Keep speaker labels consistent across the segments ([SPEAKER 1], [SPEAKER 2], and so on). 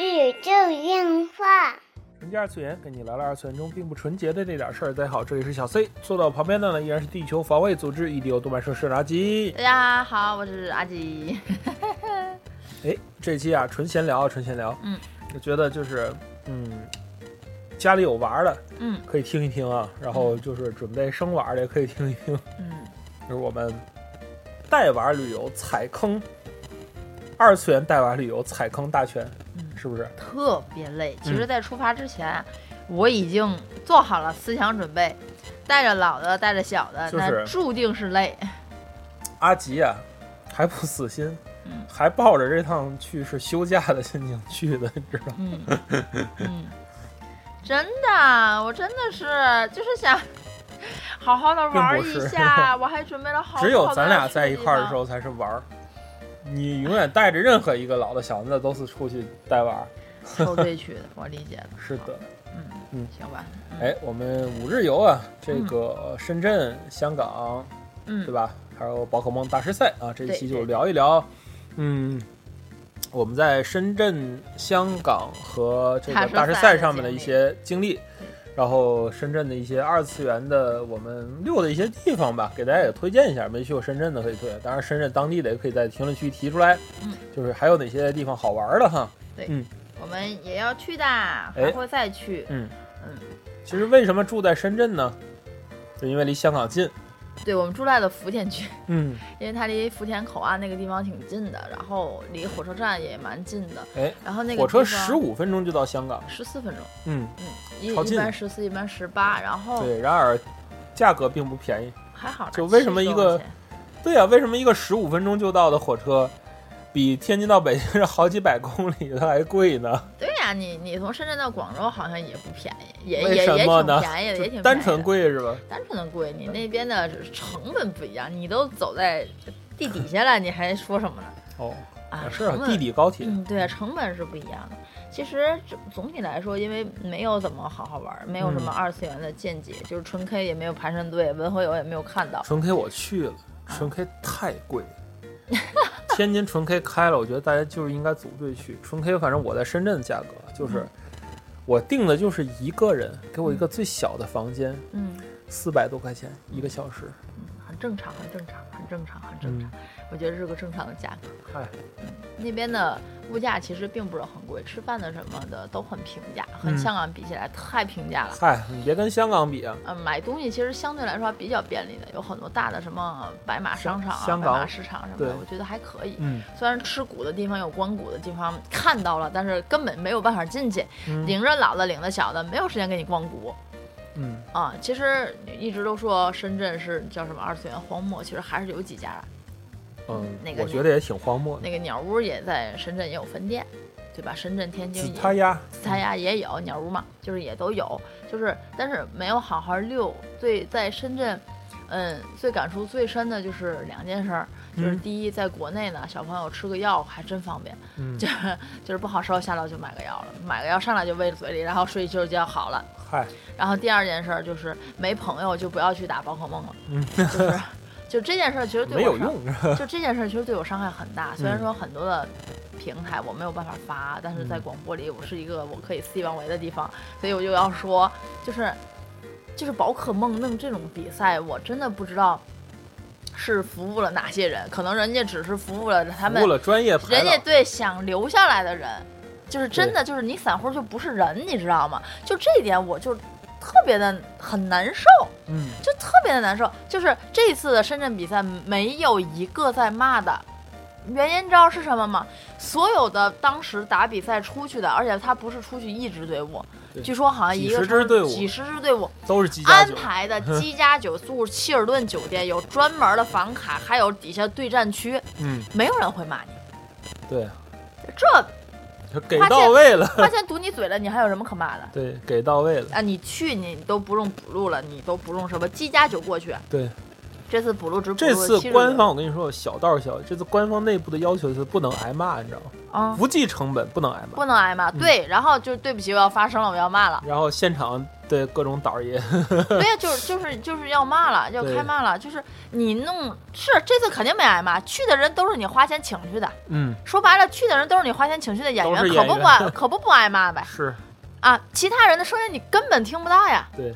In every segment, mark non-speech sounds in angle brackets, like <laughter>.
[SPEAKER 1] 宇宙电话。
[SPEAKER 2] 纯洁二次元，跟你聊聊二次元中并不纯洁的这点事儿。大家好，这里是小 C，坐到我旁边的呢依然是地球防卫组织 EDO 动漫社社垃圾。
[SPEAKER 3] 大家好，我是阿吉。
[SPEAKER 2] 哎，这期啊，纯闲聊，纯闲聊。
[SPEAKER 3] 嗯，
[SPEAKER 2] 我觉得就是，嗯，家里有娃儿的
[SPEAKER 3] 嗯
[SPEAKER 2] 可以听一听啊，然后就是准备生娃儿的也可以听一听， <laughs>
[SPEAKER 3] 嗯，
[SPEAKER 2] 就是我们带娃旅游踩坑，二次元带娃旅游踩坑大全，
[SPEAKER 3] 嗯
[SPEAKER 2] 是不是？
[SPEAKER 3] 特别累。其实，在出发之前，我已经做好了思想准备，带着老的，带着小的，
[SPEAKER 2] 就是
[SPEAKER 3] 那注定是累。
[SPEAKER 2] 阿吉啊，还不死心
[SPEAKER 3] 嗯，
[SPEAKER 2] 还抱着这趟去是休假的心情去的，你知道吗？ <laughs>
[SPEAKER 3] 嗯嗯，真的，我真的是就是想好好的玩
[SPEAKER 2] 并不
[SPEAKER 3] 一
[SPEAKER 2] 是
[SPEAKER 3] 下， <laughs> 我还准备了好。
[SPEAKER 2] 只有
[SPEAKER 3] 好多
[SPEAKER 2] 咱俩
[SPEAKER 3] 要去
[SPEAKER 2] 在一块儿的
[SPEAKER 3] 地
[SPEAKER 2] 时
[SPEAKER 3] 方，
[SPEAKER 2] 候才是玩儿。你永远带着任何一个老的小的都是出去带娃儿。
[SPEAKER 3] 受罪去的，我理解的。
[SPEAKER 2] 是的，
[SPEAKER 3] 嗯
[SPEAKER 2] 嗯
[SPEAKER 3] 行吧。嗯
[SPEAKER 2] 哎，我们五日游啊，这个深圳、香港，
[SPEAKER 3] 嗯，
[SPEAKER 2] 对吧？还有宝可梦大师赛啊，这一
[SPEAKER 3] 对
[SPEAKER 2] 期
[SPEAKER 3] 对
[SPEAKER 2] 就聊一聊，嗯，我们在深圳、香港和这个大
[SPEAKER 3] 大
[SPEAKER 2] 师
[SPEAKER 3] 师
[SPEAKER 2] 赛
[SPEAKER 3] 赛
[SPEAKER 2] 上面的
[SPEAKER 3] 的
[SPEAKER 2] 一
[SPEAKER 3] 经历
[SPEAKER 2] 些经历，然后深圳的一些二次元的我们溜的一些地方吧，给大家也推荐一下。没去过深圳的可以推荐，当然深圳当地的也可以在评论区提出来，
[SPEAKER 3] 嗯
[SPEAKER 2] 就是还有哪些地方好玩的哈。
[SPEAKER 3] 我们也要去的，
[SPEAKER 2] 哎
[SPEAKER 3] 还会再去。
[SPEAKER 2] 嗯
[SPEAKER 3] 嗯，
[SPEAKER 2] 其实为什么住在深圳呢？就因为离香港近。
[SPEAKER 3] 对，我们住在了福田区，
[SPEAKER 2] 嗯，
[SPEAKER 3] 因为它离福田口岸那个地方挺近的，然后离火车站也蛮近的。
[SPEAKER 2] 哎，
[SPEAKER 3] 然后那个
[SPEAKER 2] 火车十五分钟就到香港。
[SPEAKER 3] 十四分钟，
[SPEAKER 2] 嗯，
[SPEAKER 3] 嗯，一
[SPEAKER 2] 超近
[SPEAKER 3] 一般十四，一般十八，然后
[SPEAKER 2] 对，然而价格并不便宜。
[SPEAKER 3] 还好啦。
[SPEAKER 2] 就为什么一个
[SPEAKER 3] 70多块钱
[SPEAKER 2] 对呀、为什么一个十五分钟就到的火车，比天津到北京 <laughs> 是好几百公里的还贵呢？
[SPEAKER 3] 对呀、你你从深圳到广州好像也不便宜，也
[SPEAKER 2] 为
[SPEAKER 3] 也也
[SPEAKER 2] 什
[SPEAKER 3] 挺
[SPEAKER 2] 么呢
[SPEAKER 3] 便宜的，也挺
[SPEAKER 2] 就单纯
[SPEAKER 3] 便宜的，
[SPEAKER 2] 贵是吧？
[SPEAKER 3] 单纯的贵。你那边的成本不一样，你都走在地底下了，你还说什么呢？
[SPEAKER 2] 哦，
[SPEAKER 3] 啊
[SPEAKER 2] 也，是啊
[SPEAKER 3] 成本
[SPEAKER 2] 地理高铁。
[SPEAKER 3] 嗯，对，成本是不一样的。其实总总体来说，因为没有怎么好好玩儿，没有什么
[SPEAKER 2] 嗯
[SPEAKER 3] 二次元的见解，就是纯 K 也没有排山队，文和友也没有看到。
[SPEAKER 2] 纯 K 我去了，
[SPEAKER 3] 啊
[SPEAKER 2] 纯 K 太贵了。天津纯 K 开了，我觉得大家就是应该组队去纯 K。反正我在深圳的价格就是，
[SPEAKER 3] 嗯
[SPEAKER 2] 我定的就是一个人，给我一个最小的房间，
[SPEAKER 3] 嗯，
[SPEAKER 2] 四百多块钱一个小时。
[SPEAKER 3] 很正常，很正常，很正常，很
[SPEAKER 2] 嗯
[SPEAKER 3] 正常。我觉得是个正常的价格。
[SPEAKER 2] 嗨，
[SPEAKER 3] 那边的物价其实并不是很贵，吃饭的什么的都很平价，和
[SPEAKER 2] 嗯
[SPEAKER 3] 香港比起来太平价了。
[SPEAKER 2] 嗨，你别跟香港比啊，
[SPEAKER 3] 呃，买东西其实相对来说比较便利的，有很多大的什么白马商场啊、
[SPEAKER 2] 香
[SPEAKER 3] 白马
[SPEAKER 2] 港
[SPEAKER 3] 市场什么
[SPEAKER 2] 对
[SPEAKER 3] 的，我觉得还可以。
[SPEAKER 2] 嗯，
[SPEAKER 3] 虽然吃鼓的地方有光谷的地方看到了，但是根本没有办法进去，
[SPEAKER 2] 嗯
[SPEAKER 3] 领着老的领着小的，没有时间给你光谷
[SPEAKER 2] 嗯，
[SPEAKER 3] 啊。其实一直都说深圳是叫什么二次元荒漠，其实还是有几家
[SPEAKER 2] 嗯，
[SPEAKER 3] 那个
[SPEAKER 2] 我觉得也挺荒漠的。
[SPEAKER 3] 那个鸟屋也在深圳也有分店，对吧？深圳、天津
[SPEAKER 2] 紫
[SPEAKER 3] 也
[SPEAKER 2] 他鸭，
[SPEAKER 3] 他呀也有鸟屋嘛，就是也都有，就是但是没有好好溜。最在深圳，嗯，最感触最深的就是两件事儿，就是
[SPEAKER 2] 嗯
[SPEAKER 3] 第一，在国内呢，小朋友吃个药还真方便，
[SPEAKER 2] 嗯，
[SPEAKER 3] 就是就是不好受，下楼就买个药了，买个药上来就喂嘴里，然后睡一觉就好了。
[SPEAKER 2] 嗨，
[SPEAKER 3] 然后第二件事儿就是没朋友就不要去打宝可梦了，
[SPEAKER 2] 嗯
[SPEAKER 3] 就是就这件事儿其实 <laughs> 对我
[SPEAKER 2] 没有
[SPEAKER 3] 伤
[SPEAKER 2] 用，啊
[SPEAKER 3] 就这件事儿其实对我伤害很大，虽然说很多的平台我没有办法发，但是在
[SPEAKER 2] 嗯
[SPEAKER 3] 广播里我是一个我可以肆意妄为的地方，所以我就要说，就是就是宝可梦弄这种比赛，我真的不知道是服务了哪些人，可能人家只是服务了他们
[SPEAKER 2] 服务，了专业排
[SPEAKER 3] 人家
[SPEAKER 2] 档，
[SPEAKER 3] 对想留下来的人，就是真的就是你散户就不是人，你知道吗？就这一点我就特别的很难受。
[SPEAKER 2] 嗯，
[SPEAKER 3] 就特别的难受。就是这次的深圳比赛没有一个在骂的，原因知道是什么吗？所有的当时打比赛出去的，而且他不是出去一支队伍
[SPEAKER 2] 对，
[SPEAKER 3] 据说好像一
[SPEAKER 2] 几
[SPEAKER 3] 个
[SPEAKER 2] 十支队伍
[SPEAKER 3] 几十支队伍
[SPEAKER 2] 都是鸡加
[SPEAKER 3] 安
[SPEAKER 2] 酒，<laughs>
[SPEAKER 3] 排的七加九住希尔顿酒店，有专门的房卡，还有底下对战区，
[SPEAKER 2] 嗯，
[SPEAKER 3] 没有人会骂你。
[SPEAKER 2] 对，
[SPEAKER 3] 这
[SPEAKER 2] 就给到位 <laughs> 了，
[SPEAKER 3] 花钱堵你嘴了，你还有什么可骂的？
[SPEAKER 2] 对，给到位了，
[SPEAKER 3] 啊，你去你都不用补录了，你都不用什么七加九过去。
[SPEAKER 2] 对，
[SPEAKER 3] 这次补录只补
[SPEAKER 2] 这
[SPEAKER 3] 录了
[SPEAKER 2] 次
[SPEAKER 3] 70
[SPEAKER 2] 官
[SPEAKER 3] 人
[SPEAKER 2] 方我跟你说，小道消息，这次官方内部的要求是不能挨骂，你知道吗？
[SPEAKER 3] 啊，
[SPEAKER 2] 不计成本不能挨骂嗯 <laughs>
[SPEAKER 3] 不，能挨骂。对，然后就对不起，我要发声了，我要骂了。
[SPEAKER 2] 然后现场对各种倒
[SPEAKER 3] <laughs>
[SPEAKER 2] 爷，
[SPEAKER 3] 对呀，就是就是就是要骂了，要
[SPEAKER 2] 对
[SPEAKER 3] 开骂了，就是你弄是这次肯定没挨骂，去的人都是你花钱请去的， <laughs>
[SPEAKER 2] 嗯，
[SPEAKER 3] 说白了，去的人都是你花钱请去的演
[SPEAKER 2] 都是
[SPEAKER 3] 员，可
[SPEAKER 2] 演
[SPEAKER 3] 不不
[SPEAKER 2] 员
[SPEAKER 3] 挨 <laughs> 可不不挨骂呗
[SPEAKER 2] 是
[SPEAKER 3] 啊！其他人的声音你根本听不到呀。
[SPEAKER 2] 对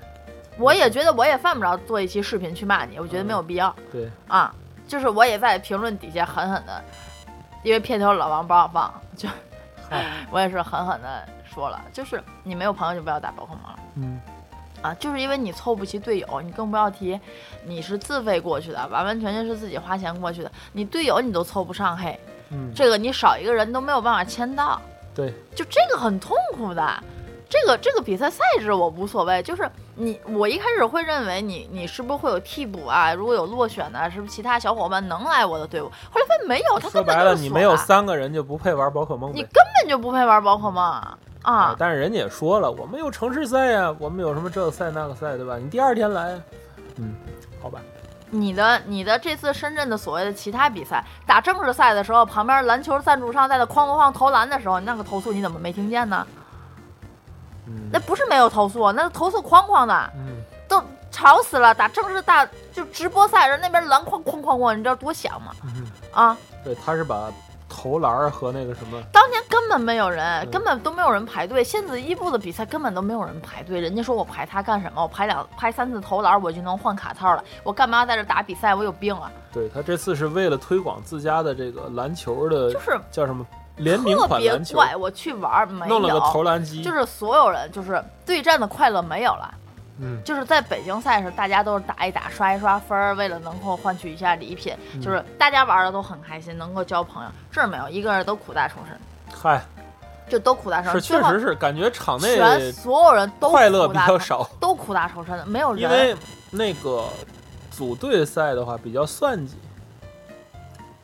[SPEAKER 3] 我也觉得我也犯不着做一期视频去骂你，我觉得没有必要
[SPEAKER 2] 对，
[SPEAKER 3] 啊。就是我也在评论底下狠狠的，因为片头老王不让放，就
[SPEAKER 2] 嗨，
[SPEAKER 3] 我也是狠狠的说了，就是你没有朋友就不要打宝可梦了。
[SPEAKER 2] 嗯，
[SPEAKER 3] 啊，就是因为你凑不齐队友，你更不要提你是自费过去的，完完全全是自己花钱过去的，你队友你都凑不上，嘿，
[SPEAKER 2] 嗯，
[SPEAKER 3] 这个你少一个人都没有办法签到，
[SPEAKER 2] 对，
[SPEAKER 3] 就这个很痛苦的。这个这个比赛赛制我无所谓，就是你我一开始会认为你你是不是会有替补啊？如果有落选的、是不是其他小伙伴能来我的队伍？后来发现没有，哦他
[SPEAKER 2] 说
[SPEAKER 3] 根本
[SPEAKER 2] 白
[SPEAKER 3] 就
[SPEAKER 2] 了，
[SPEAKER 3] 是
[SPEAKER 2] 你
[SPEAKER 3] 锁
[SPEAKER 2] 没有
[SPEAKER 3] 了
[SPEAKER 2] 三个人就不配玩宝可梦
[SPEAKER 3] 你
[SPEAKER 2] 呗。
[SPEAKER 3] 根本就不配玩宝可梦啊！
[SPEAKER 2] 啊，但是人家也说了，我们有城市赛呀、我们有什么这个赛那个赛，对吧？你第二天来，嗯，好吧，
[SPEAKER 3] 你的你的这次深圳的所谓的其他比赛，打正式赛的时候，旁边篮球赞助商在那哐哐哐投篮的时候，你那个投诉你怎么没听见呢？
[SPEAKER 2] 嗯
[SPEAKER 3] 那不是没有投诉，啊那投诉哐哐的，
[SPEAKER 2] 嗯，
[SPEAKER 3] 都吵死了。打正式大就直播赛，人那边篮哐哐哐哐，你知道多响吗？
[SPEAKER 2] 嗯
[SPEAKER 3] 啊，
[SPEAKER 2] 对，他是把投篮儿和那个什么，
[SPEAKER 3] 当年根本没有人
[SPEAKER 2] 嗯，
[SPEAKER 3] 根本都没有人排队。仙子一部的比赛根本都没有人排队，人家说我排他干什么？我排两排三次投篮我就能换卡套了，我干嘛要在这打比赛？我有病啊！
[SPEAKER 2] 对他这次是为了推广自家的这个篮球的，
[SPEAKER 3] 就是
[SPEAKER 2] 叫什么呃联名
[SPEAKER 3] 特
[SPEAKER 2] 款
[SPEAKER 3] 别
[SPEAKER 2] 篮球，
[SPEAKER 3] 怪，我去玩儿没有，
[SPEAKER 2] 弄了个投篮机，
[SPEAKER 3] 就是所有人就是对战的快乐没有了，
[SPEAKER 2] 嗯，
[SPEAKER 3] 就是在北京赛时大家都是打一打刷一刷分儿，为了能够换取一下礼品，
[SPEAKER 2] 嗯
[SPEAKER 3] 就是大家玩的都很开心，能够交朋友。这儿没有，一个人都苦大仇深，
[SPEAKER 2] 嗨，
[SPEAKER 3] 就都苦大仇
[SPEAKER 2] 是
[SPEAKER 3] 深，
[SPEAKER 2] 确
[SPEAKER 3] 最后
[SPEAKER 2] 实是感觉场内
[SPEAKER 3] 全所有人都
[SPEAKER 2] 快乐
[SPEAKER 3] 苦
[SPEAKER 2] 比
[SPEAKER 3] 大
[SPEAKER 2] 较
[SPEAKER 3] 仇，
[SPEAKER 2] 少， <laughs>
[SPEAKER 3] 都苦大仇深的，没有人。
[SPEAKER 2] 因为那个组队赛的话比较算计，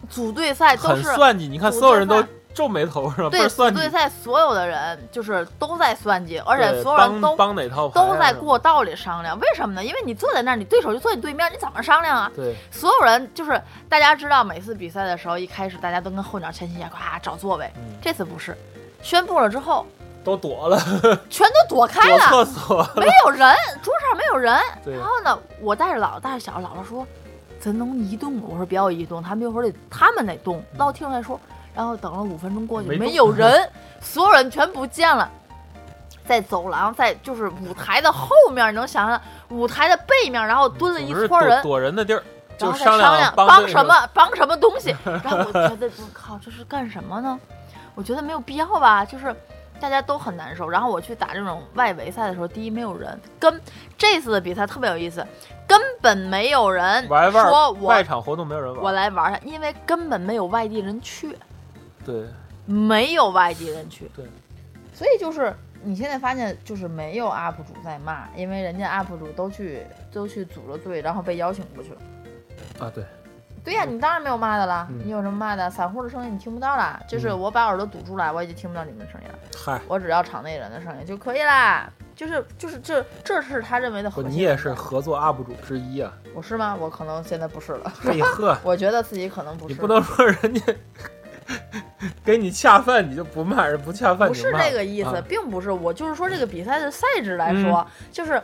[SPEAKER 3] 组队赛哎都
[SPEAKER 2] 很
[SPEAKER 3] 是
[SPEAKER 2] 算计，你看
[SPEAKER 3] 组
[SPEAKER 2] 所有
[SPEAKER 3] 队
[SPEAKER 2] 人都
[SPEAKER 3] 赛
[SPEAKER 2] 皱眉头是吧？倍
[SPEAKER 3] 对
[SPEAKER 2] 儿
[SPEAKER 3] 组
[SPEAKER 2] 算计
[SPEAKER 3] 队。赛所有的人就是都在算计，而且
[SPEAKER 2] 对
[SPEAKER 3] 所有人
[SPEAKER 2] 帮
[SPEAKER 3] 都
[SPEAKER 2] 帮哪套牌啊
[SPEAKER 3] 都在
[SPEAKER 2] 什么
[SPEAKER 3] 过道里商量，为什么呢？因为你坐在那儿，你对手就坐你对面，你怎么商量啊？
[SPEAKER 2] 对
[SPEAKER 3] 所有人就是大家知道，每次比赛的时候，一开始大家都跟候鸟前倾一样，咵找座位。
[SPEAKER 2] 嗯
[SPEAKER 3] 这次不是，宣布了之后，
[SPEAKER 2] 都躲了，
[SPEAKER 3] 全都躲开
[SPEAKER 2] 躲
[SPEAKER 3] 了，啊
[SPEAKER 2] 厕所。
[SPEAKER 3] 没有人，桌上没有人。
[SPEAKER 2] 对
[SPEAKER 3] 然，后呢，我带着姥姥带着小姥姥说：“咱能移动吗？”我说：“不要移动，他们一会儿得他们得动。”
[SPEAKER 2] 嗯
[SPEAKER 3] 老听着来说，然后等了五分钟过去，
[SPEAKER 2] 没
[SPEAKER 3] 没
[SPEAKER 2] 动
[SPEAKER 3] 有人，所有人全不见了。在走廊，在就是舞台的后面，你能想象舞台的背面，然后蹲了一
[SPEAKER 2] 总之
[SPEAKER 3] 撮
[SPEAKER 2] 躲
[SPEAKER 3] 人，
[SPEAKER 2] 躲人的地儿，
[SPEAKER 3] 然
[SPEAKER 2] 就
[SPEAKER 3] 后再
[SPEAKER 2] 量
[SPEAKER 3] 量
[SPEAKER 2] 帮
[SPEAKER 3] 帮
[SPEAKER 2] 对
[SPEAKER 3] 什
[SPEAKER 2] 手。
[SPEAKER 3] 么帮什么东西。然后我觉得，我靠，这是干什么呢？我觉得没有必要吧，就是大家都很难受。然后我去打这种外围赛的时候，第一没有人，跟这次的比赛特别有意思，根本没有人
[SPEAKER 2] 玩一玩
[SPEAKER 3] 说
[SPEAKER 2] 外
[SPEAKER 3] 我
[SPEAKER 2] 场活动没有人
[SPEAKER 3] 我
[SPEAKER 2] 玩，
[SPEAKER 3] 来玩它，因为根本没有外地人去，
[SPEAKER 2] 对，
[SPEAKER 3] 没有外地人去。
[SPEAKER 2] 对，
[SPEAKER 3] 所以就是。你现在发现就是没有 UP 主在骂，因为人家 UP 主都去都去组了队，然后被邀请过去了。
[SPEAKER 2] 啊对，
[SPEAKER 3] 对呀、你当然没有骂的啦，
[SPEAKER 2] 嗯
[SPEAKER 3] 你有什么骂的？散户的声音你听不到啦，就是
[SPEAKER 2] 嗯
[SPEAKER 3] 我把耳朵堵住了，我已经听不到你们的声音了，
[SPEAKER 2] 嗨，
[SPEAKER 3] 我只要场内人的声音就可以啦。就是就是这这是他认为的
[SPEAKER 2] 不，
[SPEAKER 3] 核心。
[SPEAKER 2] 哦你也是，合作 UP 主之一啊，
[SPEAKER 3] 我是吗？我可能现在不是了，
[SPEAKER 2] 嘿呵，
[SPEAKER 3] 我觉得自己可能不
[SPEAKER 2] 你
[SPEAKER 3] 是。
[SPEAKER 2] 不能说人家给你恰饭你就不骂人，不恰饭
[SPEAKER 3] 不
[SPEAKER 2] 你就是骂
[SPEAKER 3] 这个意思，
[SPEAKER 2] 啊嗯
[SPEAKER 3] 并不是我就是说这个比赛的赛制来说，就是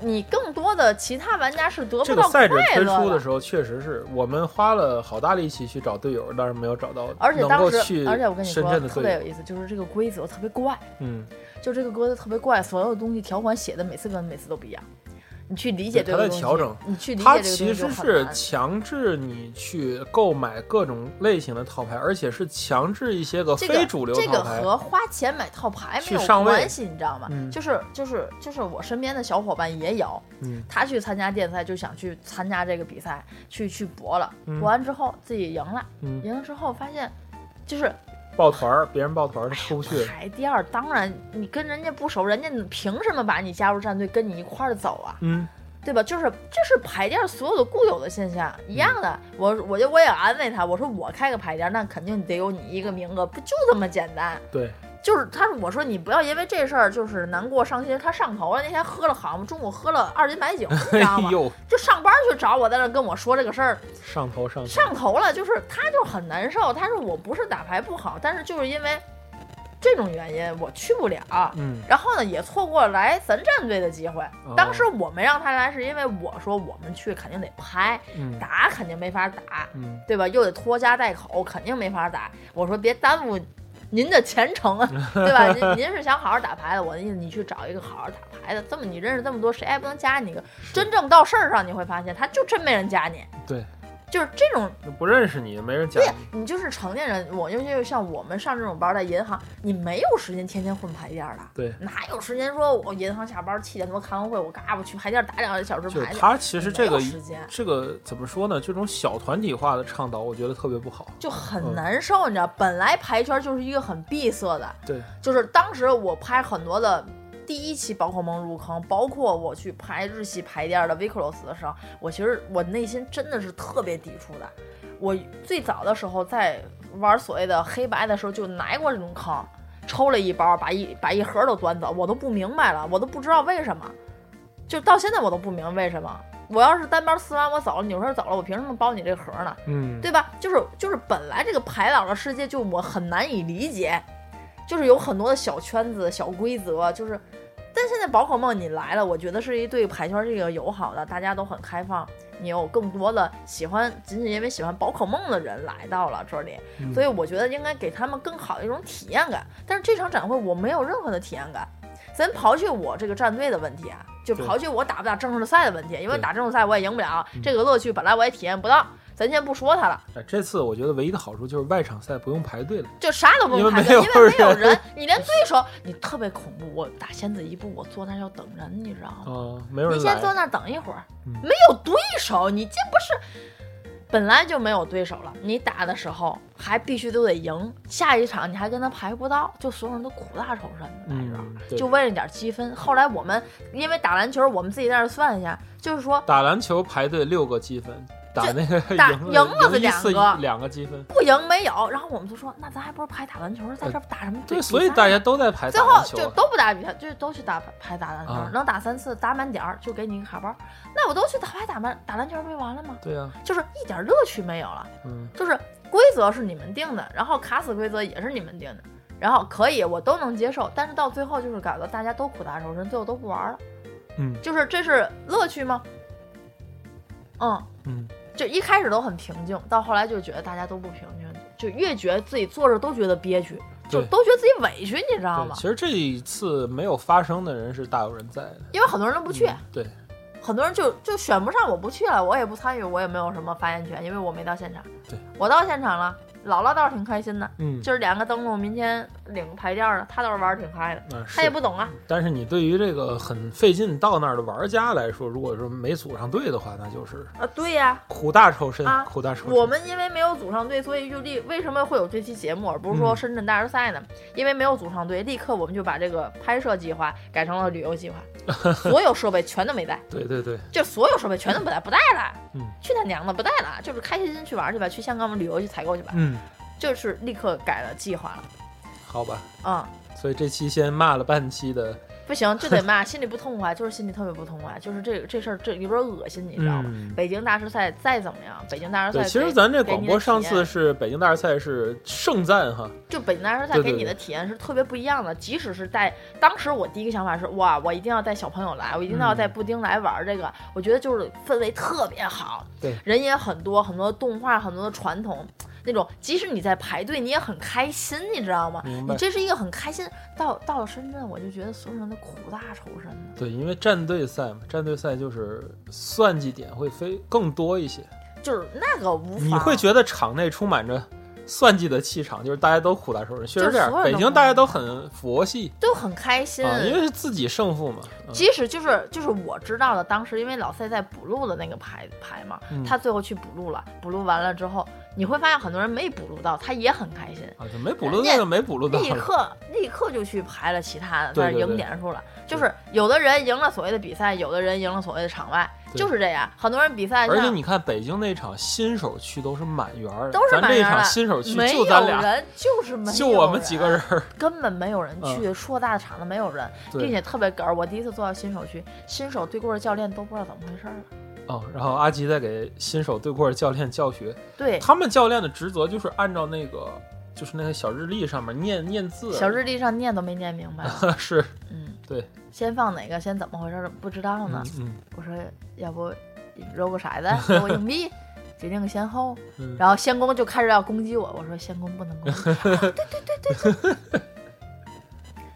[SPEAKER 3] 你更多的其他玩家是得
[SPEAKER 2] 这
[SPEAKER 3] 不
[SPEAKER 2] 个
[SPEAKER 3] 到
[SPEAKER 2] 赛
[SPEAKER 3] 快
[SPEAKER 2] 制
[SPEAKER 3] 乐
[SPEAKER 2] 推出的
[SPEAKER 3] 的
[SPEAKER 2] 时候，确实是我们花了好大力气去找队友，但是没有找到
[SPEAKER 3] 而且
[SPEAKER 2] 能
[SPEAKER 3] 当
[SPEAKER 2] 够
[SPEAKER 3] 时
[SPEAKER 2] 去，
[SPEAKER 3] 而且我跟你
[SPEAKER 2] 深
[SPEAKER 3] 说
[SPEAKER 2] 圳的
[SPEAKER 3] 特别有
[SPEAKER 2] 队友。
[SPEAKER 3] 意思，就是这个规则特别怪。
[SPEAKER 2] 嗯，
[SPEAKER 3] 就这个歌词特别怪，所有东西条款写的每次跟每次都不一样。你去理解
[SPEAKER 2] 对
[SPEAKER 3] 这
[SPEAKER 2] 它
[SPEAKER 3] 个
[SPEAKER 2] 在
[SPEAKER 3] 东西，
[SPEAKER 2] 调整
[SPEAKER 3] 你去理
[SPEAKER 2] 它
[SPEAKER 3] 解这个
[SPEAKER 2] 其
[SPEAKER 3] 东西就
[SPEAKER 2] 实
[SPEAKER 3] 很
[SPEAKER 2] 是
[SPEAKER 3] 难
[SPEAKER 2] 强制你去购买各种类型的套牌，而且是强制一些个
[SPEAKER 3] 这个
[SPEAKER 2] 非主流
[SPEAKER 3] 这
[SPEAKER 2] 套
[SPEAKER 3] 个
[SPEAKER 2] 牌。
[SPEAKER 3] 和花钱买套牌没
[SPEAKER 2] 去
[SPEAKER 3] 有
[SPEAKER 2] 上位
[SPEAKER 3] 关系，你知道吗？
[SPEAKER 2] 嗯
[SPEAKER 3] 就是就是就是我身边的小伙伴也有，
[SPEAKER 2] 嗯，
[SPEAKER 3] 他去参加电赛就想去参加这个比赛，去去搏了，
[SPEAKER 2] 嗯
[SPEAKER 3] 搏完之后自己赢了，
[SPEAKER 2] 嗯
[SPEAKER 3] 赢了之后发现就是
[SPEAKER 2] 抱团儿，别人抱团儿他出不去。
[SPEAKER 3] 排第二，当然你跟人家不熟，人家凭什么把你加入战队跟你一块儿走啊？
[SPEAKER 2] 嗯，
[SPEAKER 3] 对吧？就是这是牌店所有的固有的现象
[SPEAKER 2] 嗯
[SPEAKER 3] 一样的。我我就我也安慰他，我说我开个牌店，那肯定得有你一个名额，不就这么简单？
[SPEAKER 2] 对，
[SPEAKER 3] 就是他说我说你不要因为这事儿就是难过伤心。他上头了，那天喝了好嘛，中午喝了二斤白酒，你知道
[SPEAKER 2] 哎
[SPEAKER 3] 吗？
[SPEAKER 2] 呦，
[SPEAKER 3] 就上班去找我，在那跟我说这个事儿，
[SPEAKER 2] 上头上头。
[SPEAKER 3] 上头了，就是他就很难受。他说我不是打牌不好，但是就是因为这种原因我去不了。
[SPEAKER 2] 嗯
[SPEAKER 3] 然后呢，也错过来咱战队的机会
[SPEAKER 2] 哦。
[SPEAKER 3] 当时我没让他来，是因为我说我们去肯定得拍，
[SPEAKER 2] 嗯
[SPEAKER 3] 打肯定没法打，
[SPEAKER 2] 嗯
[SPEAKER 3] 对吧？又得拖家带口，肯定没法打。我说别耽误您的前
[SPEAKER 2] <laughs>
[SPEAKER 3] 程啊，对吧？您您是想好好打牌的，我的意思你去找一个好好打牌的。这么你认识这么多，谁还不能加你一个？真正到事儿上，你会发现他就真没人加你，
[SPEAKER 2] 对，
[SPEAKER 3] 就是这种
[SPEAKER 2] 不认识你，没人讲
[SPEAKER 3] 对，呀，你就是成年人，我尤其是像我们上这种班儿，在银行，你没有时间天天混牌店儿的，
[SPEAKER 2] 对，
[SPEAKER 3] 哪有时间说我银行下班七点多开完会，我嘎巴去牌店儿打两个小时
[SPEAKER 2] 就是
[SPEAKER 3] 牌去？
[SPEAKER 2] 他其实这
[SPEAKER 3] 没
[SPEAKER 2] 个
[SPEAKER 3] 有时间
[SPEAKER 2] 这个怎么说呢？这种小团体化的倡导，我觉得特别不好。嗯
[SPEAKER 3] 就很难受，你知道，本来牌圈就是一个很闭塞的，
[SPEAKER 2] 对，
[SPEAKER 3] 就是当时我拍很多的第一期宝可梦入坑，包括我去拍日系牌店的 v i c r o s 的时候，我其实我内心真的是特别抵触的。我最早的时候在玩所谓的黑白的时候，就来过这种坑，抽了一包，把一把一盒都端走，我都不明白了，我都不知道为什么，就到现在我都不明白为什么。我要是单包撕完我走了，扭身走了，我凭什么包你这盒呢？
[SPEAKER 2] 嗯，
[SPEAKER 3] 对吧？就是就是本来这个排档的世界就我很难以理解，就是有很多的小圈子、小规则，就是。但现在宝可梦你来了，我觉得是一对牌圈这个友好的，大家都很开放，你有更多的喜欢，仅仅因为喜欢宝可梦的人来到了这里，
[SPEAKER 2] 嗯
[SPEAKER 3] 所以我觉得应该给他们更好的一种体验感。但是这场展会我没有任何的体验感，咱刨去我这个战队的问题啊，就
[SPEAKER 2] 对
[SPEAKER 3] 刨去我打不打正式的赛的问题，因为
[SPEAKER 2] 对
[SPEAKER 3] 打正式赛我也赢不了
[SPEAKER 2] 嗯，
[SPEAKER 3] 这个乐趣本来我也体验不到，咱先不说它了。
[SPEAKER 2] 哎这次我觉得唯一的好处就是外场赛不用排队了。
[SPEAKER 3] 就啥都不用排队，
[SPEAKER 2] 因
[SPEAKER 3] 因
[SPEAKER 2] 为
[SPEAKER 3] 为
[SPEAKER 2] 没有
[SPEAKER 3] 没有
[SPEAKER 2] 人
[SPEAKER 3] 人，你连对手你特别恐怖。我打仙子一步，我坐那儿要等人，你知道吗？
[SPEAKER 2] 嗯，没有
[SPEAKER 3] 你
[SPEAKER 2] 人
[SPEAKER 3] 先坐
[SPEAKER 2] 来。
[SPEAKER 3] 那儿等一会儿，
[SPEAKER 2] 嗯
[SPEAKER 3] 没有对手，你这不是本来就没有对手了，你打的时候还必须都得赢，下一场你还跟他排不到，就所有人都苦大仇深的来着。
[SPEAKER 2] 嗯，对
[SPEAKER 3] 就为了点积分，后来我们因为打篮球，我们自己在那儿算一下，就是说
[SPEAKER 2] 打篮球排队六个积分，打那个 <laughs>
[SPEAKER 3] 打
[SPEAKER 2] 赢
[SPEAKER 3] 赢了
[SPEAKER 2] 赢
[SPEAKER 3] 的
[SPEAKER 2] 一次
[SPEAKER 3] 两个
[SPEAKER 2] 两个积分。
[SPEAKER 3] 不赢没有，然后我们就说，那咱还不如排打篮球，在这儿打什么比
[SPEAKER 2] 呃对，
[SPEAKER 3] 赛
[SPEAKER 2] 所以大
[SPEAKER 3] 呢
[SPEAKER 2] 家都在排
[SPEAKER 3] 最
[SPEAKER 2] 打
[SPEAKER 3] 后
[SPEAKER 2] 篮球
[SPEAKER 3] 就
[SPEAKER 2] 啊。
[SPEAKER 3] 都不打比赛，就是都去打牌打篮球，
[SPEAKER 2] 啊
[SPEAKER 3] 能打三次打满点儿就给你一个卡包。那我都去打牌打满打篮球不就完了吗？
[SPEAKER 2] 对呀，啊
[SPEAKER 3] 就是一点乐趣没有了。
[SPEAKER 2] 嗯，
[SPEAKER 3] 就是规则是你们定的，然后卡死规则也是你们定的，然后可以我都能接受，但是到最后就是搞得大家都苦大仇深，最后都不玩了。
[SPEAKER 2] 嗯
[SPEAKER 3] 就是这是乐趣吗？嗯，
[SPEAKER 2] 嗯，
[SPEAKER 3] 就一开始都很平静，到后来就觉得大家都不平静，就越觉得自己坐着都觉得憋屈，就
[SPEAKER 2] 对
[SPEAKER 3] 都觉得自己委屈，你知道
[SPEAKER 2] 对，
[SPEAKER 3] 吗
[SPEAKER 2] 其？实这一次没有发生的人是大有人在的。
[SPEAKER 3] 因为很多人都不去。
[SPEAKER 2] 嗯对，
[SPEAKER 3] 很多人就就选不上，我不去了，我也不参与，我也没有什么发言权，因为我没到现场。
[SPEAKER 2] 对，
[SPEAKER 3] 我到现场了，姥姥倒是挺开心的，
[SPEAKER 2] 嗯，
[SPEAKER 3] 今儿两个灯笼，明天领个牌垫儿了，她倒是玩儿挺嗨的，
[SPEAKER 2] 嗯是
[SPEAKER 3] 她也。不懂啊，
[SPEAKER 2] 但是你对于这个很费劲到那儿的玩家来说，如果说没组上队的话，那就是
[SPEAKER 3] 啊，对呀、
[SPEAKER 2] 苦大仇深，
[SPEAKER 3] 啊
[SPEAKER 2] 苦大仇深。
[SPEAKER 3] 我们因为没有组上队，所以就立为什么会有这期节目，而不是说
[SPEAKER 2] 嗯
[SPEAKER 3] 深圳大师赛呢？因为没有组上队，立刻我们就把这个拍摄计划改成了旅游
[SPEAKER 2] <laughs>
[SPEAKER 3] 计划，所有设备全都没带，
[SPEAKER 2] 对对对，
[SPEAKER 3] 就所有设备全都不带，不带了，
[SPEAKER 2] 嗯
[SPEAKER 3] 去他娘的不带了，就是开开心心去玩儿去吧，去香港旅游去采购去吧，
[SPEAKER 2] 嗯，
[SPEAKER 3] 就是立刻改了计划了。
[SPEAKER 2] 好吧。
[SPEAKER 3] 嗯，
[SPEAKER 2] 所以这期先骂了半期的，
[SPEAKER 3] 不行就得
[SPEAKER 2] <laughs>
[SPEAKER 3] 骂，心里不痛快，就是心里特别不痛快，就是这个这事儿这有点恶心，你知道吗？
[SPEAKER 2] 嗯，
[SPEAKER 3] 北京大师赛再怎么样，北京大师
[SPEAKER 2] 对，
[SPEAKER 3] 赛
[SPEAKER 2] 其实
[SPEAKER 3] 给
[SPEAKER 2] 咱这
[SPEAKER 3] 给
[SPEAKER 2] 广
[SPEAKER 3] 你
[SPEAKER 2] 播
[SPEAKER 3] 的体
[SPEAKER 2] 上次
[SPEAKER 3] 验
[SPEAKER 2] 是北京大师赛是盛赞哈，
[SPEAKER 3] 就北京大师赛
[SPEAKER 2] 对
[SPEAKER 3] 给
[SPEAKER 2] 对
[SPEAKER 3] 你
[SPEAKER 2] 对
[SPEAKER 3] 的体验是特别不一样的，即使是带当时我第一个想法是哇，我一定要带小朋友来，我一定要带
[SPEAKER 2] 嗯
[SPEAKER 3] 布丁来玩这个，我觉得就是氛围特别好，
[SPEAKER 2] 对
[SPEAKER 3] 人也很多，很多动画，很多的传统。那种，即使你在排队，你也很开心，你知道吗？
[SPEAKER 2] 明白
[SPEAKER 3] 你这是一个很开心。到到了深圳，我就觉得所有人都苦大仇深的。
[SPEAKER 2] 对，因为战队赛嘛，战队赛就是算计点会非更多一些，
[SPEAKER 3] 就是那个无法，
[SPEAKER 2] 你会觉得场内充满着算计的气场，就是大家都苦大仇深，确实
[SPEAKER 3] 就
[SPEAKER 2] 这
[SPEAKER 3] 是
[SPEAKER 2] 样
[SPEAKER 3] 所，有人
[SPEAKER 2] 北
[SPEAKER 3] 都
[SPEAKER 2] 京大家都很佛系
[SPEAKER 3] 都很开心。
[SPEAKER 2] 啊，因为是自己胜负嘛，啊
[SPEAKER 3] 即使就是就是我知道的，当时因为老赛在补录的那个牌牌嘛
[SPEAKER 2] 嗯，
[SPEAKER 3] 他最后去补录了，补录完了之后，你会发现很多人没补录到，他也很开心，
[SPEAKER 2] 啊，就没补录到就没补录到
[SPEAKER 3] 立
[SPEAKER 2] 了，
[SPEAKER 3] 刻立刻就去排了其他的，
[SPEAKER 2] 对
[SPEAKER 3] 但是
[SPEAKER 2] 对对
[SPEAKER 3] 赢点数了。就是有的人赢了所谓的比赛，有的人赢了所谓的场外，
[SPEAKER 2] 对
[SPEAKER 3] 就是这样。很多人比赛
[SPEAKER 2] 而且
[SPEAKER 3] 像
[SPEAKER 2] 你看北京那场新手区都是满员儿的，
[SPEAKER 3] 都是
[SPEAKER 2] 咱
[SPEAKER 3] 满
[SPEAKER 2] 这一
[SPEAKER 3] 员儿
[SPEAKER 2] 场
[SPEAKER 3] 的
[SPEAKER 2] 新手区
[SPEAKER 3] 没
[SPEAKER 2] 就
[SPEAKER 3] 有
[SPEAKER 2] 咱俩，
[SPEAKER 3] 人，就是没有
[SPEAKER 2] 就我们几个人儿，嗯
[SPEAKER 3] 根本没有人去，硕大的场子没有人，
[SPEAKER 2] 对
[SPEAKER 3] 并且特别哏儿。我第一次做到新手区，新手对过的教练都不知道怎么回事儿了。
[SPEAKER 2] 哦，然后阿吉在给新手对过的教练教学，
[SPEAKER 3] 对，
[SPEAKER 2] 他们教练的职责就是按照那个就是那个小日历上面念念字，啊
[SPEAKER 3] 小日历上念都没念明白，
[SPEAKER 2] <laughs> 是
[SPEAKER 3] 嗯，
[SPEAKER 2] 对，
[SPEAKER 3] 先放哪个，先怎么回事儿不知道呢
[SPEAKER 2] 嗯。嗯
[SPEAKER 3] 我说要不揉个骰子，揉个硬币，决定个先后。
[SPEAKER 2] 嗯，
[SPEAKER 3] 然后仙公就开始要攻击我，我说仙公不能攻击。 <laughs> 啊、对对对对对， <laughs>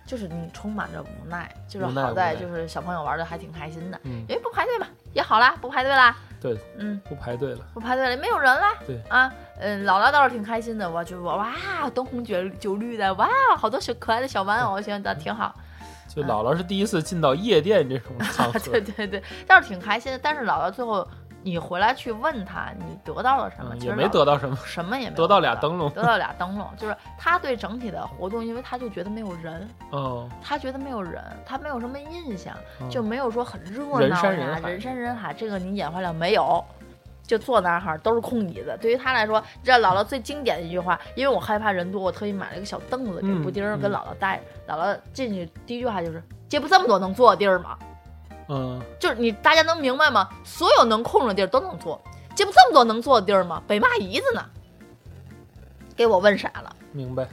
[SPEAKER 3] 就是你充满着无奈，就是
[SPEAKER 2] 无奈
[SPEAKER 3] 好在
[SPEAKER 2] 无奈
[SPEAKER 3] 就是小朋友玩的还挺开心的，
[SPEAKER 2] 嗯
[SPEAKER 3] 因为不排队嘛，也好啦，不排队啦，
[SPEAKER 2] 对，
[SPEAKER 3] 嗯，
[SPEAKER 2] 不排队了，
[SPEAKER 3] 不排队了，没有人啦。
[SPEAKER 2] 对
[SPEAKER 3] 啊，嗯，姥姥倒是挺开心的，我就我哇，灯红酒酒绿的，哇，好多小可爱的小玩偶，现在挺好。
[SPEAKER 2] 嗯就姥姥是第一次进到夜店这种场合，
[SPEAKER 3] <laughs> 嗯对对对，倒是挺开心的。但是姥姥最后你回来去问他，你得到了什么？
[SPEAKER 2] 嗯，
[SPEAKER 3] 其
[SPEAKER 2] 也
[SPEAKER 3] 实
[SPEAKER 2] 没
[SPEAKER 3] 姥
[SPEAKER 2] 得到什么，
[SPEAKER 3] 什么也没有
[SPEAKER 2] 得到俩灯笼
[SPEAKER 3] 得到俩灯笼，就是他对整体的活动，因为他就觉得没有人，
[SPEAKER 2] 哦，
[SPEAKER 3] 他觉得没有人，他没有什么印象，
[SPEAKER 2] 嗯
[SPEAKER 3] 就没有说很热闹
[SPEAKER 2] 人
[SPEAKER 3] 呀，
[SPEAKER 2] 山人海
[SPEAKER 3] 人山人海，这个你眼花了没有？就坐那儿哈，都是空椅子。对于他来说，你知道姥姥最经典的一句话，因为我害怕人多，我特意买了一个小凳子给
[SPEAKER 2] 嗯
[SPEAKER 3] 布丁儿
[SPEAKER 2] 嗯
[SPEAKER 3] 跟姥姥带。姥姥进去第一句话就是：“这不这么多能坐的地儿吗？”
[SPEAKER 2] 嗯，
[SPEAKER 3] 就是你大家能明白吗？所有能空着地儿都能坐，这不这么多能坐的地儿吗？北骂姨子呢，给我问傻了，
[SPEAKER 2] 明
[SPEAKER 3] <laughs>
[SPEAKER 2] 白，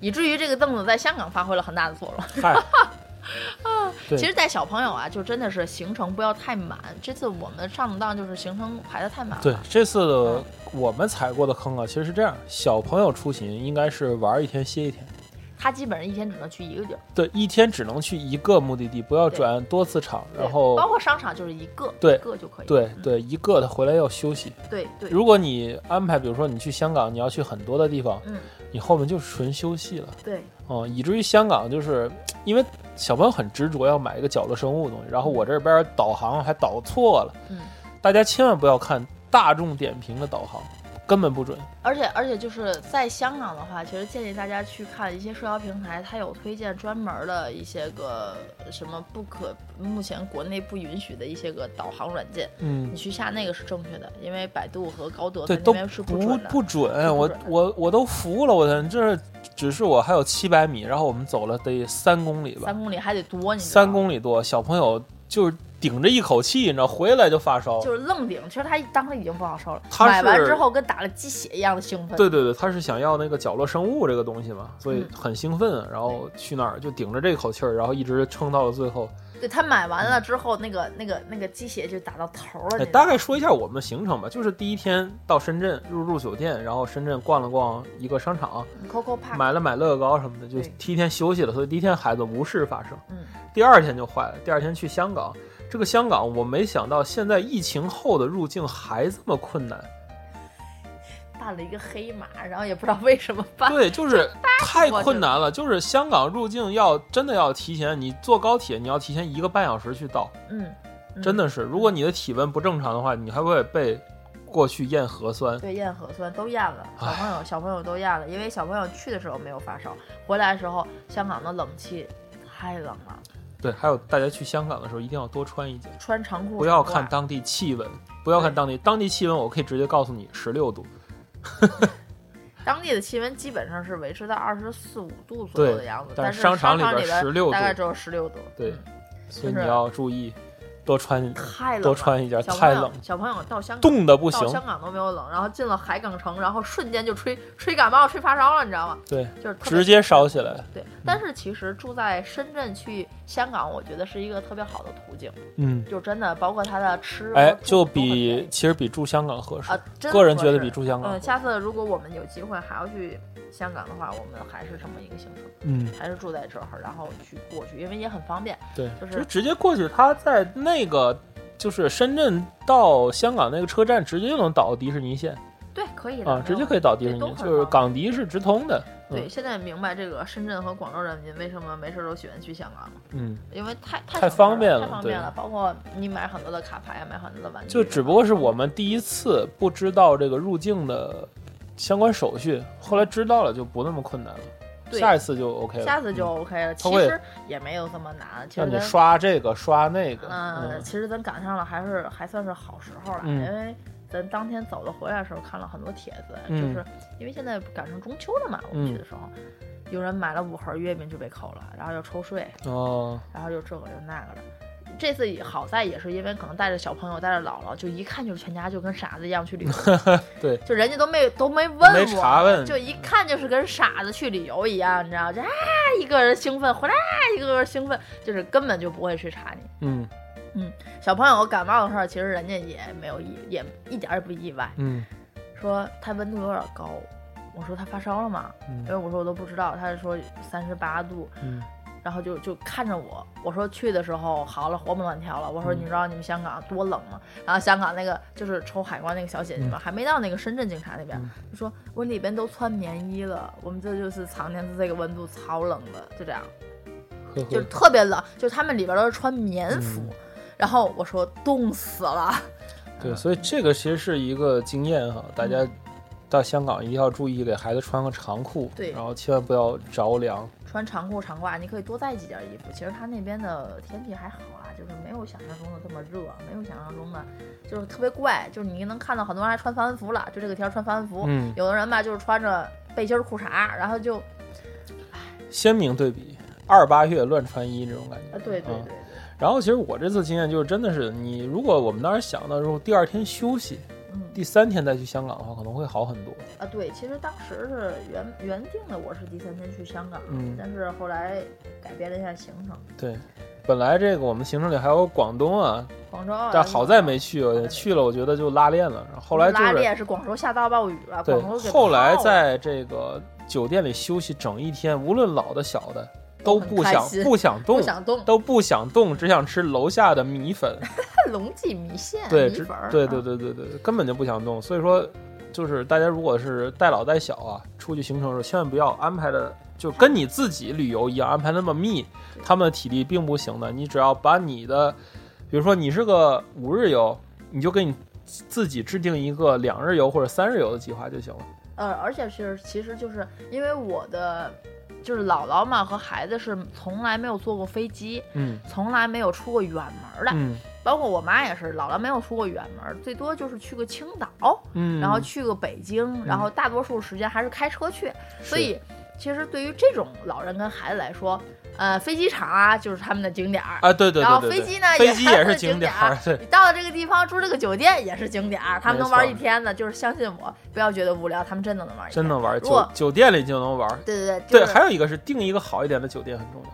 [SPEAKER 3] 以至于这个凳子在香港发挥了很大的作用。
[SPEAKER 2] 嗨，对
[SPEAKER 3] 其实带小朋友啊，就真的是行程不要太满。这次我们上的当就是行程排的太满了，
[SPEAKER 2] 对，这次
[SPEAKER 3] 嗯
[SPEAKER 2] 的我们踩过的坑啊，其实是这样，小朋友出行应该是玩一天歇一天。
[SPEAKER 3] 他基本上一天只能去一个地儿，
[SPEAKER 2] 对，一天只能去一个目的地，不要
[SPEAKER 3] 对
[SPEAKER 2] 转多次场。
[SPEAKER 3] 对
[SPEAKER 2] 然后，
[SPEAKER 3] 包括商场就是一个，
[SPEAKER 2] 对
[SPEAKER 3] 一个就可以了，
[SPEAKER 2] 对
[SPEAKER 3] 嗯
[SPEAKER 2] 对，一个他回来要休息。
[SPEAKER 3] 对对
[SPEAKER 2] 如果你安排，比如说你去香港，你要去很多的地方，
[SPEAKER 3] 嗯
[SPEAKER 2] 你后面就是纯休息了，
[SPEAKER 3] 对，
[SPEAKER 2] 嗯，以至于香港就是因为小朋友很执着要买一个角落生物的东西，然后我这边导航还导错了，
[SPEAKER 3] 嗯。
[SPEAKER 2] 大家千万不要看大众点评的导航，根本不准。
[SPEAKER 3] 而且而且就是在香港的话，其实建议大家去看一些社交平台，它有推荐专门的一些个什么不可目前国内不允许的一些个导航软件，
[SPEAKER 2] 嗯
[SPEAKER 3] 你，去下那个是正确的，因为百度和高德
[SPEAKER 2] 对，
[SPEAKER 3] 在那
[SPEAKER 2] 都
[SPEAKER 3] 边是
[SPEAKER 2] 不
[SPEAKER 3] 准的。
[SPEAKER 2] 不准。
[SPEAKER 3] 不
[SPEAKER 2] 我
[SPEAKER 3] 准
[SPEAKER 2] 我我都服了，我的这只是我还有七百米，然后我们走了得三公里吧，
[SPEAKER 3] 三公里还得多，你知道吗
[SPEAKER 2] 三公里多，小朋友就是顶着一口气，你知道，回来就发烧。
[SPEAKER 3] 就是愣顶，其实他当时已经不好受了，
[SPEAKER 2] 他
[SPEAKER 3] 买完
[SPEAKER 2] 是
[SPEAKER 3] 之后跟打了鸡血一样的兴奋。
[SPEAKER 2] 对对对，他是想要那个角落生物这个东西嘛，所以
[SPEAKER 3] 嗯
[SPEAKER 2] 很兴奋，然后去那儿就顶着这口气儿，然后一直撑到了最后。
[SPEAKER 3] 对，他买完了之后，那个那个那个鸡血就打到头了。
[SPEAKER 2] 哎，
[SPEAKER 3] 那
[SPEAKER 2] 大
[SPEAKER 3] 种
[SPEAKER 2] 概说一下我们的行程吧，就是第一天到深圳入住酒店，然后深圳逛了逛一个商场，
[SPEAKER 3] Coco Park，
[SPEAKER 2] 买了买乐高什么的，就
[SPEAKER 3] 对
[SPEAKER 2] 第一天休息了，所以第一天孩子无事发生。
[SPEAKER 3] 嗯，
[SPEAKER 2] 第二天就坏了，第二天去香港，这个香港我没想到现在疫情后的入境还这么困难。
[SPEAKER 3] 办了一个黑马，然后也不知道为什么办。
[SPEAKER 2] 对，
[SPEAKER 3] <laughs>
[SPEAKER 2] 就是太
[SPEAKER 3] 我
[SPEAKER 2] 困
[SPEAKER 3] 觉
[SPEAKER 2] 难了。就是香港入境要真的要提前，你坐高铁你要提前一个半小时去到，
[SPEAKER 3] 嗯，嗯
[SPEAKER 2] 真的是。如果你的体温不正常的话，你还会被过去验核酸。
[SPEAKER 3] 对，验核酸都验了，小朋友小朋友都验了，因为小朋友去的时候没有发烧，回来的时候香港的冷气太冷了，
[SPEAKER 2] 对，还有大家去香港的时候一定要多穿一件，
[SPEAKER 3] 穿长裤
[SPEAKER 2] 不要
[SPEAKER 3] 长
[SPEAKER 2] 看
[SPEAKER 3] 褂
[SPEAKER 2] 当地气温，不要看当地当地气温，我可以直接告诉你十六度。
[SPEAKER 3] 当地的气温基本上是维持在二十四五度左右
[SPEAKER 2] 对
[SPEAKER 3] 的样子，
[SPEAKER 2] 但
[SPEAKER 3] 但
[SPEAKER 2] 是
[SPEAKER 3] 是
[SPEAKER 2] 商场
[SPEAKER 3] 场
[SPEAKER 2] 里边
[SPEAKER 3] 边
[SPEAKER 2] 16
[SPEAKER 3] 大概
[SPEAKER 2] 度
[SPEAKER 3] 只有十六度，
[SPEAKER 2] 对
[SPEAKER 3] 嗯，
[SPEAKER 2] 所以你
[SPEAKER 3] 就是
[SPEAKER 2] 要注意多穿
[SPEAKER 3] 太冷了，
[SPEAKER 2] 多穿一件，
[SPEAKER 3] 小朋
[SPEAKER 2] 太
[SPEAKER 3] 友
[SPEAKER 2] 冷，
[SPEAKER 3] 小朋友到香港。
[SPEAKER 2] 冻得不
[SPEAKER 3] 到
[SPEAKER 2] 行。
[SPEAKER 3] 香港都没有冷，然后进了海港城，然后瞬间就吹吹感冒、吹发烧了，你知道吗？
[SPEAKER 2] 对，
[SPEAKER 3] 就是特别
[SPEAKER 2] 直接嗯烧起来。
[SPEAKER 3] 对。但是其实住在深圳去香港，我觉得是一个特别好的途径。
[SPEAKER 2] 嗯，
[SPEAKER 3] 就真的包括它的吃，
[SPEAKER 2] 哎
[SPEAKER 3] 和，住
[SPEAKER 2] 就
[SPEAKER 3] 都很便
[SPEAKER 2] 比
[SPEAKER 3] 宜
[SPEAKER 2] 其实比住香港合适
[SPEAKER 3] 啊，，真
[SPEAKER 2] 个人
[SPEAKER 3] 合
[SPEAKER 2] 觉得
[SPEAKER 3] 适
[SPEAKER 2] 比住香港合
[SPEAKER 3] 嗯，
[SPEAKER 2] 适。
[SPEAKER 3] 下次如果我们有机会还要去香港的话，我们还是这么一个行程，
[SPEAKER 2] 嗯。
[SPEAKER 3] 还是住在这儿，然后去过去，因为也很方便。
[SPEAKER 2] 对，
[SPEAKER 3] 就是
[SPEAKER 2] 直直接过去，他在那个就是深圳到香港那个车站，直接就能倒迪士尼线
[SPEAKER 3] 对，可以的，
[SPEAKER 2] 啊，
[SPEAKER 3] 没
[SPEAKER 2] 直接
[SPEAKER 3] 有
[SPEAKER 2] 可以嗯
[SPEAKER 3] 问
[SPEAKER 2] 倒迪士
[SPEAKER 3] 对都
[SPEAKER 2] 尼，
[SPEAKER 3] 很
[SPEAKER 2] 就是
[SPEAKER 3] 方便
[SPEAKER 2] 港迪是直通的。
[SPEAKER 3] 题对，现在明白这个深圳和广州人民为什么没事儿都喜欢去香港了，
[SPEAKER 2] 嗯，
[SPEAKER 3] 因为太
[SPEAKER 2] 太
[SPEAKER 3] 太省事儿
[SPEAKER 2] 方便
[SPEAKER 3] 太
[SPEAKER 2] 了
[SPEAKER 3] 方
[SPEAKER 2] 对
[SPEAKER 3] 便了。包括你买很多的卡牌啊，买很多的玩具，
[SPEAKER 2] 就只不过是我们第一次不知道这个入境的相关手续，后来知道了就不那么困难了，
[SPEAKER 3] 对
[SPEAKER 2] 下一次就 OK 了。
[SPEAKER 3] 下次就 OK 了。其
[SPEAKER 2] 会
[SPEAKER 3] 实也没有这么难，其
[SPEAKER 2] 让
[SPEAKER 3] 实
[SPEAKER 2] 你
[SPEAKER 3] 咱
[SPEAKER 2] 刷这个刷那个，
[SPEAKER 3] 嗯，
[SPEAKER 2] 嗯，
[SPEAKER 3] 其实咱赶上了，还是还算是好时候了，
[SPEAKER 2] 嗯
[SPEAKER 3] 因为咱当天走的回来的时候看了很多帖子，
[SPEAKER 2] 嗯
[SPEAKER 3] 就是因为现在赶上中秋了嘛，我们去的时候，有人买了五盒月饼就被扣了，然后又抽税，
[SPEAKER 2] 哦，，
[SPEAKER 3] 然后又这个又那个的，这次也好在也是因为可能带着小朋友，带着姥姥，就一看就是全家就跟傻子一样去旅游
[SPEAKER 2] 对，
[SPEAKER 3] 就人家都没都没问
[SPEAKER 2] 没
[SPEAKER 3] 我，
[SPEAKER 2] 查问
[SPEAKER 3] 就一看就是跟傻子去旅游一样，你知道，就啊一个人兴奋，回来啊一个人兴奋，就是根本就不会去查你。
[SPEAKER 2] 嗯
[SPEAKER 3] 小朋友感冒的事儿，其实人家也没有意，也一点儿也不意外，
[SPEAKER 2] 嗯
[SPEAKER 3] 说他温度有点高，我说他发烧了吗？因为
[SPEAKER 2] 嗯
[SPEAKER 3] 我说我都不知道，他就说三十八度，
[SPEAKER 2] 嗯
[SPEAKER 3] 然后就就看着我，我说去的时候好了，活蹦乱跳了。我说
[SPEAKER 2] 嗯
[SPEAKER 3] 你知道你们香港多冷吗？然后香港那个就是抽海关那个小姐姐嘛，还没到那个深圳警察那边，
[SPEAKER 2] 嗯
[SPEAKER 3] 就说我里边都穿棉衣了，我们这就是常年是这个温度，超冷的，就这样，
[SPEAKER 2] 呵
[SPEAKER 3] 就
[SPEAKER 2] 呵
[SPEAKER 3] 是，特别冷，就是他们里边都是穿棉服。
[SPEAKER 2] 嗯
[SPEAKER 3] 然后我说冻死了，嗯
[SPEAKER 2] 对，所以这个其实是一个经验哈，大家到香港一定要注意给孩子穿个长裤，
[SPEAKER 3] 对
[SPEAKER 2] 然后千万不要着凉，
[SPEAKER 3] 穿长裤长褂，你可以多带几件衣服。其实他那边的天气还好啊，就是没有想象中的这么热，没有想象中的，就是特别怪。就是你能看到很多人还穿帆服了，就这个天儿穿帆服。
[SPEAKER 2] 嗯，
[SPEAKER 3] 有的人吧，就是穿着背心儿裤衩，然后就啊，
[SPEAKER 2] 鲜明对比。二八月乱穿衣这种感觉，
[SPEAKER 3] 呃啊对对对
[SPEAKER 2] 嗯
[SPEAKER 3] 对，
[SPEAKER 2] 然后其实我这次经验就是，真的是你如果我们当时想到说第二天休息，
[SPEAKER 3] 嗯
[SPEAKER 2] 第三天再去香港的话，可能会好很多。
[SPEAKER 3] 啊对，其实当时是原原定的，我是第三天去香港，
[SPEAKER 2] 嗯
[SPEAKER 3] 但是后来改变了一下行程，
[SPEAKER 2] 对，本来这个我们行程里还有广东啊，
[SPEAKER 3] 广州啊。
[SPEAKER 2] 但好在没去，
[SPEAKER 3] 好在没
[SPEAKER 2] 去了我觉得就拉练了。然后后来就
[SPEAKER 3] 拉
[SPEAKER 2] 是
[SPEAKER 3] 练是广州下大暴雨了，啊广州
[SPEAKER 2] 对，
[SPEAKER 3] 给
[SPEAKER 2] 后来
[SPEAKER 3] 泡了
[SPEAKER 2] 在这个酒店里休息整一天，无论老的小的都
[SPEAKER 3] 很
[SPEAKER 2] 不
[SPEAKER 3] 开
[SPEAKER 2] 想
[SPEAKER 3] 心
[SPEAKER 2] 不想动
[SPEAKER 3] 不，想动，
[SPEAKER 2] 都不想动，只想吃楼下的米粉。
[SPEAKER 3] 龙记米线、
[SPEAKER 2] 对，
[SPEAKER 3] 米
[SPEAKER 2] 只
[SPEAKER 3] 粉儿，
[SPEAKER 2] 对
[SPEAKER 3] <laughs> 啊
[SPEAKER 2] 对对对对，根本就不想动。所以说，就是大家如果是带老带小啊，出去行程的时候，千万不要安排的就跟你自己旅游一样安排那么密，他们的体力并不行的。你只要把你的，比如说你是个五日游，你就给你自己制定一个两日游或者三日游的计划就行了。
[SPEAKER 3] 呃，而且是其实就是因为我的就是姥姥嘛和孩子是从来没有坐过飞机，
[SPEAKER 2] 嗯
[SPEAKER 3] 从来没有出过远门儿的，
[SPEAKER 2] 嗯
[SPEAKER 3] 包括我妈也是，姥姥没有出过远门儿，最多就是去个青岛，
[SPEAKER 2] 嗯，
[SPEAKER 3] 然后去个北京，然后大多数时间还是开车去，所以。其实对于这种老人跟孩子来说，呃，飞机场啊就是他们的景点儿，
[SPEAKER 2] 啊，对对
[SPEAKER 3] 然
[SPEAKER 2] 对
[SPEAKER 3] 后
[SPEAKER 2] 对对，
[SPEAKER 3] 飞机呢
[SPEAKER 2] 飞
[SPEAKER 3] 也
[SPEAKER 2] 机
[SPEAKER 3] 是
[SPEAKER 2] 也
[SPEAKER 3] 它
[SPEAKER 2] 是
[SPEAKER 3] 的
[SPEAKER 2] 景
[SPEAKER 3] 景
[SPEAKER 2] 点
[SPEAKER 3] 点
[SPEAKER 2] 儿
[SPEAKER 3] 儿，
[SPEAKER 2] 对，
[SPEAKER 3] 你到了这个地方住这个酒店也是景点儿，他们
[SPEAKER 2] 没
[SPEAKER 3] 能玩
[SPEAKER 2] 错
[SPEAKER 3] 一天的，就是相信我，不要觉得无聊，他们真的能玩一天。
[SPEAKER 2] 真能玩儿，
[SPEAKER 3] 如
[SPEAKER 2] 酒
[SPEAKER 3] 果
[SPEAKER 2] 酒店里就能玩儿。
[SPEAKER 3] 对对对，
[SPEAKER 2] 对，
[SPEAKER 3] 就是
[SPEAKER 2] 还有一个是订一个好一点的酒店很重要。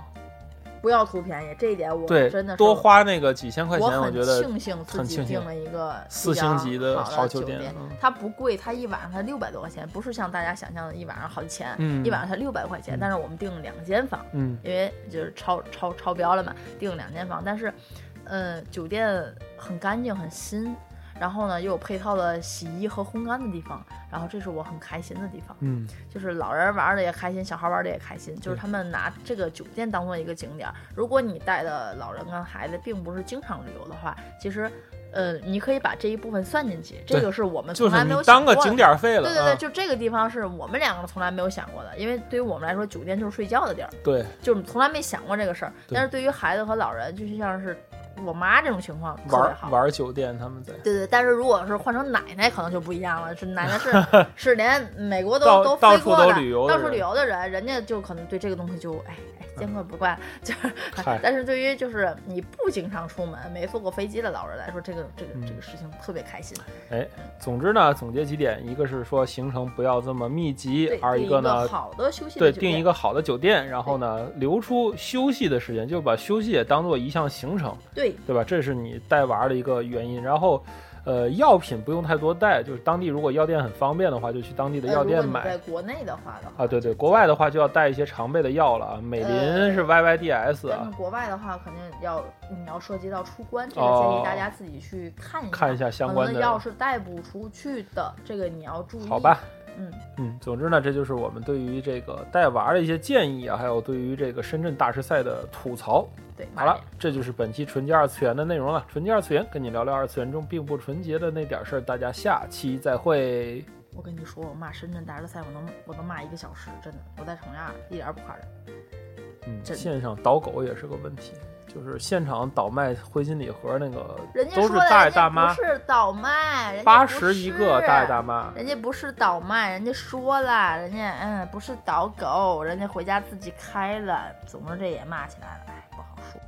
[SPEAKER 3] 不要图便宜，这一点我
[SPEAKER 2] 对，
[SPEAKER 3] 真的是
[SPEAKER 2] 多，花那个几千块
[SPEAKER 3] 我
[SPEAKER 2] 钱，我
[SPEAKER 3] 很
[SPEAKER 2] 觉得
[SPEAKER 3] 庆幸自
[SPEAKER 2] 很
[SPEAKER 3] 己
[SPEAKER 2] 庆幸
[SPEAKER 3] 订了一个
[SPEAKER 2] 四
[SPEAKER 3] 比较
[SPEAKER 2] 星级的
[SPEAKER 3] 好
[SPEAKER 2] 好
[SPEAKER 3] 的
[SPEAKER 2] 酒
[SPEAKER 3] 店
[SPEAKER 2] 店，，嗯
[SPEAKER 3] 它不贵，它一晚上才六百多块钱，不是像大家想象的一晚上好几千，
[SPEAKER 2] 嗯
[SPEAKER 3] 一晚上才六百块钱。
[SPEAKER 2] 嗯
[SPEAKER 3] 但是我们订了两间房，
[SPEAKER 2] 嗯，
[SPEAKER 3] 因为就是超超超标了嘛，订了两间房，但是，呃，酒店很干净很新，然后呢又有配套的洗衣和烘干的地方，然后这是我很开心的地方。
[SPEAKER 2] 嗯，
[SPEAKER 3] 就是老人玩的也开心，小孩玩的也开心，就是他们拿这个酒店当做一个景点儿。如果你带的老人跟孩子并不是经常旅游的话，其实，呃，你可以把这一部分算进去，
[SPEAKER 2] 对
[SPEAKER 3] 这个是我们
[SPEAKER 2] 就
[SPEAKER 3] 从
[SPEAKER 2] 是
[SPEAKER 3] 来没
[SPEAKER 2] 你
[SPEAKER 3] 有想
[SPEAKER 2] 当
[SPEAKER 3] 过
[SPEAKER 2] 个
[SPEAKER 3] 的。
[SPEAKER 2] 景点儿费了，
[SPEAKER 3] 对对对，
[SPEAKER 2] 嗯
[SPEAKER 3] 就这个地方是我们两个从来没有想过的，因为对于我们来说，酒店就是睡觉的地儿，
[SPEAKER 2] 对
[SPEAKER 3] 就是从来没想过这个事儿。
[SPEAKER 2] 对
[SPEAKER 3] 但是对于孩子和老人，就像是我妈这种情况特
[SPEAKER 2] 玩
[SPEAKER 3] 别
[SPEAKER 2] 儿
[SPEAKER 3] 好。
[SPEAKER 2] 玩儿酒店，他们
[SPEAKER 3] <laughs>
[SPEAKER 2] 在
[SPEAKER 3] 对对，但是如果是换成奶奶，可能就不一样了。是奶奶是
[SPEAKER 2] <laughs>
[SPEAKER 3] 是连美国
[SPEAKER 2] 到
[SPEAKER 3] 都都
[SPEAKER 2] 到
[SPEAKER 3] 飞
[SPEAKER 2] 处
[SPEAKER 3] 过的，
[SPEAKER 2] 都旅游的
[SPEAKER 3] 到处
[SPEAKER 2] 人
[SPEAKER 3] 旅游的人，人家就可能对这个东西就哎哎见怪不怪。就是
[SPEAKER 2] 嗯嗨，
[SPEAKER 3] 但是对于就是你不经常出门、没坐过飞机的老人来说，这个这个这
[SPEAKER 2] 嗯
[SPEAKER 3] 个事情特别开心。
[SPEAKER 2] 哎，总之呢，总结几点，一个是说行程不要这么密集
[SPEAKER 3] 对，，
[SPEAKER 2] 二
[SPEAKER 3] 定一
[SPEAKER 2] 个呢。
[SPEAKER 3] 好的休息
[SPEAKER 2] 对，
[SPEAKER 3] 的酒
[SPEAKER 2] 定一
[SPEAKER 3] 店
[SPEAKER 2] 个好的酒店，然后呢，留出休息的时间，就把休息也当做一项行程，
[SPEAKER 3] 对
[SPEAKER 2] 对吧？这是你带娃儿的一个原因。然后，呃，药品不用太多带，就是当地如果药店很方便的话，就去当地的
[SPEAKER 3] 呃
[SPEAKER 2] 药
[SPEAKER 3] 如果
[SPEAKER 2] 店
[SPEAKER 3] 你
[SPEAKER 2] 买。
[SPEAKER 3] 在国内的话的话
[SPEAKER 2] 啊，对对，国外的话就要带一些常备的药了啊，美林
[SPEAKER 3] 呃嗯
[SPEAKER 2] 是 YYDS
[SPEAKER 3] 但
[SPEAKER 2] 啊
[SPEAKER 3] 是，国外的话，肯定要你要涉及到出关，这个
[SPEAKER 2] 哦
[SPEAKER 3] 建议大家自己去看一下。
[SPEAKER 2] 看一下相
[SPEAKER 3] 可
[SPEAKER 2] 关
[SPEAKER 3] 能
[SPEAKER 2] 的。
[SPEAKER 3] 药是带不出去的，这个你要注意。
[SPEAKER 2] 好吧，，
[SPEAKER 3] 嗯，
[SPEAKER 2] 嗯，总之呢，这就是我们对于这个带娃儿的一些建议啊，还有对于这个深圳大师赛的吐槽。
[SPEAKER 3] 对，
[SPEAKER 2] 好了，这就是本期纯洁二次元的内容了。纯洁二次元跟你聊聊二次元中并不纯洁的那点事儿，大家下期再会。
[SPEAKER 3] 我跟你说，我骂深圳大师赛，我能我能骂一个小时，真的，我在重阳一点儿不夸张。
[SPEAKER 2] 嗯，
[SPEAKER 3] 真的
[SPEAKER 2] 线上导狗也是个问题，就是现场倒卖灰烬礼盒那个
[SPEAKER 3] 人家
[SPEAKER 2] 都
[SPEAKER 3] 说
[SPEAKER 2] 是
[SPEAKER 3] 的
[SPEAKER 2] 大爷
[SPEAKER 3] 人家
[SPEAKER 2] 大妈
[SPEAKER 3] 不是倒卖，人家
[SPEAKER 2] 八
[SPEAKER 3] 不
[SPEAKER 2] 十一
[SPEAKER 3] 是
[SPEAKER 2] 个大爷大妈。
[SPEAKER 3] 人家不是倒卖，人家说了，人家嗯不是倒狗，人家回家自己开了。总之这也骂起来了，哎，不好说。